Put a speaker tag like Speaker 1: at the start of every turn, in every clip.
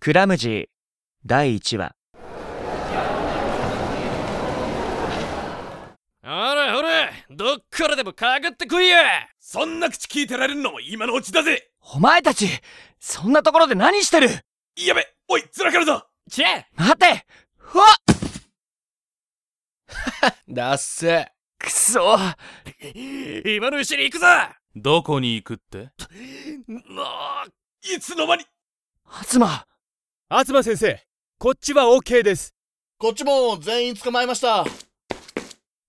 Speaker 1: クラムジー第1話
Speaker 2: ほれほれどっからでもかかってこいや
Speaker 3: そんな口聞いてられるのも今のうちだぜ
Speaker 1: お前たちそんなところで何してる
Speaker 3: やべおいつらかるぞ
Speaker 2: チェ
Speaker 1: 待てうわ
Speaker 4: だっせ
Speaker 1: くそ
Speaker 2: 今のうちに行くぞ
Speaker 4: どこに行くって
Speaker 2: もう
Speaker 3: いつの間に
Speaker 1: 東
Speaker 5: 東先生こっちは OK です
Speaker 6: こっちも全員捕まえました。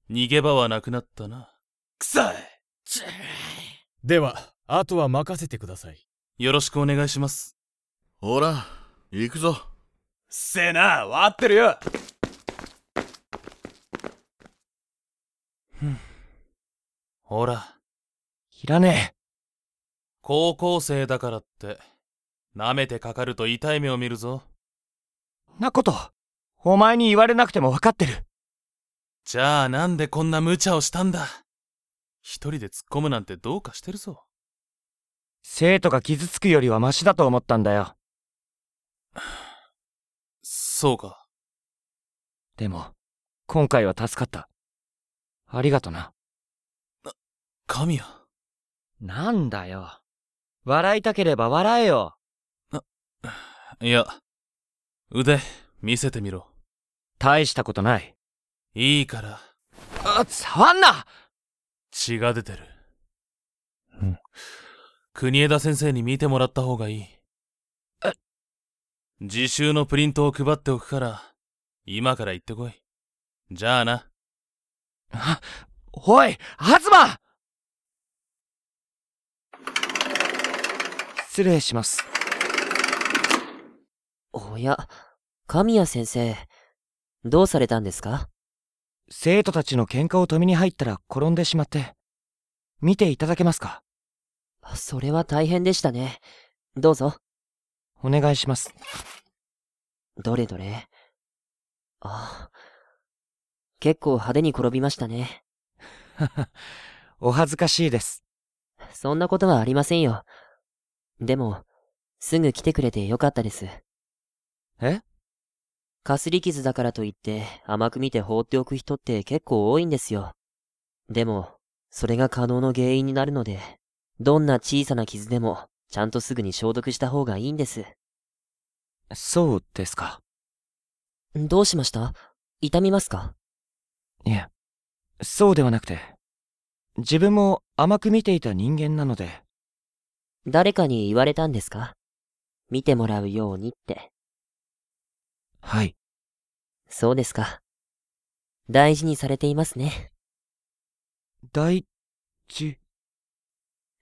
Speaker 4: 逃げ場はなくなったな
Speaker 3: くさ
Speaker 2: チェ
Speaker 5: ではあとは任せてください
Speaker 4: よろしくお願いします
Speaker 6: ほら、行くぞ。
Speaker 3: せえな割ってるよ
Speaker 4: ほら
Speaker 1: いらねえ
Speaker 4: 高校生だからって舐めてかかると痛い目を見るぞ
Speaker 1: なことお前に言われなくても分かってる
Speaker 4: じゃあなんでこんな無茶をしたんだ一人で突っ込むなんてどうかしてるぞ
Speaker 1: 生徒が傷つくよりはマシだと思ったんだよ
Speaker 4: そうか
Speaker 1: でも今回は助かったありがとな
Speaker 4: 神谷
Speaker 1: なんだよ笑いたければ笑えよ
Speaker 4: いや腕見せてみろ
Speaker 1: 大したことない
Speaker 4: いいから
Speaker 1: あ触んな
Speaker 4: 血が出てるうん国枝先生に見てもらった方がいい
Speaker 1: え
Speaker 4: 自習のプリントを配っておくから今から行ってこいじゃあな
Speaker 1: おい東失礼します
Speaker 7: おや、神谷先生、どうされたんですか
Speaker 1: 生徒たちの喧嘩を止めに入ったら転んでしまって見ていただけますか
Speaker 7: それは大変でしたね。どうぞ、
Speaker 1: お願いします
Speaker 7: どれどれ。ああ、結構派手に転びましたね。
Speaker 1: お恥ずかしいです
Speaker 7: そんなことはありませんよ。でも、すぐ来てくれてよかったです。
Speaker 1: え
Speaker 7: かすり傷だからといって甘く見て放っておく人って結構多いんですよ。でも、それが可能の原因になるので、どんな小さな傷でも、ちゃんとすぐに消毒した方がいいんです。
Speaker 1: そうですか
Speaker 7: どうしました痛みますか
Speaker 1: いえそうではなくて自分も甘く見ていた人間なので
Speaker 7: 誰かに言われたんですか見てもらうようにって。
Speaker 1: はい
Speaker 7: そうですか。大事にされていますね。
Speaker 1: 大事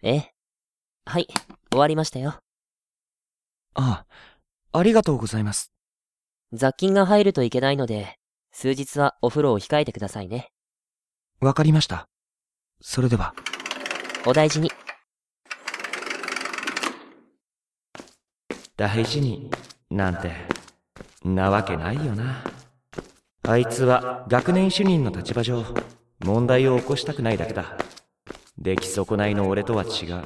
Speaker 7: ええ。はい、終わりましたよ。
Speaker 1: あありがとうございます
Speaker 7: 雑菌が入るといけないので、数日はお風呂を控えてくださいね。
Speaker 1: わかりましたそれでは
Speaker 7: お大事に。
Speaker 1: 大事になんてなわけないよなあいつは学年主任の立場上問題を起こしたくないだけだ出来損ないの俺とは違う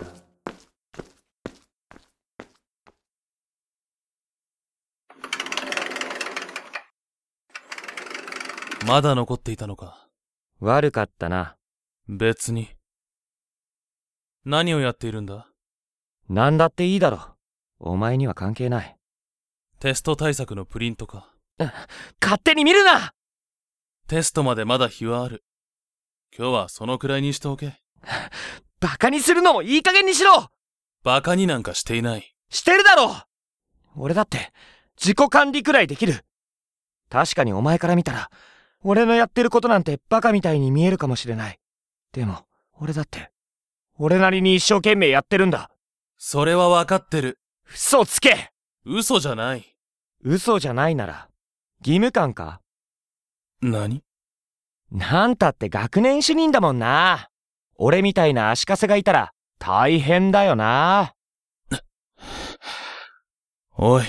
Speaker 4: まだ残っていたのか
Speaker 1: 悪かったな
Speaker 4: 別に何をやっているんだ
Speaker 1: 何だっていいだろお前には関係ない
Speaker 4: テスト対策のプリントか
Speaker 1: 勝手に見るな
Speaker 4: テストまでまだ日はある今日はそのくらいにしておけ
Speaker 1: バカにするのもいい加減にしろ
Speaker 4: バカになんかしていない
Speaker 1: してるだろ俺だって自己管理くらいできる確かにお前から見たら俺のやってることなんてバカみたいに見えるかもしれないでも俺だって俺なりに一生懸命やってるんだ
Speaker 4: それはわかってる
Speaker 1: 嘘つけ
Speaker 4: 嘘じゃない
Speaker 1: 嘘じゃないなら義務感か
Speaker 4: 何
Speaker 1: なんたって学年主任だもんな俺みたいな足かせがいたら大変だよな
Speaker 4: お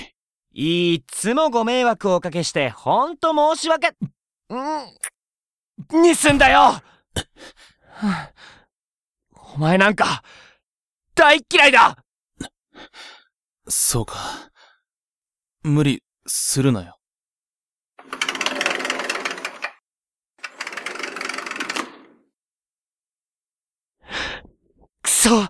Speaker 4: い
Speaker 1: いっつもご迷惑をおかけして、ほんと申し訳、んにすんだよはあ お前なんか、大っ嫌いだ
Speaker 4: そうか。無理するなよ。
Speaker 1: くそ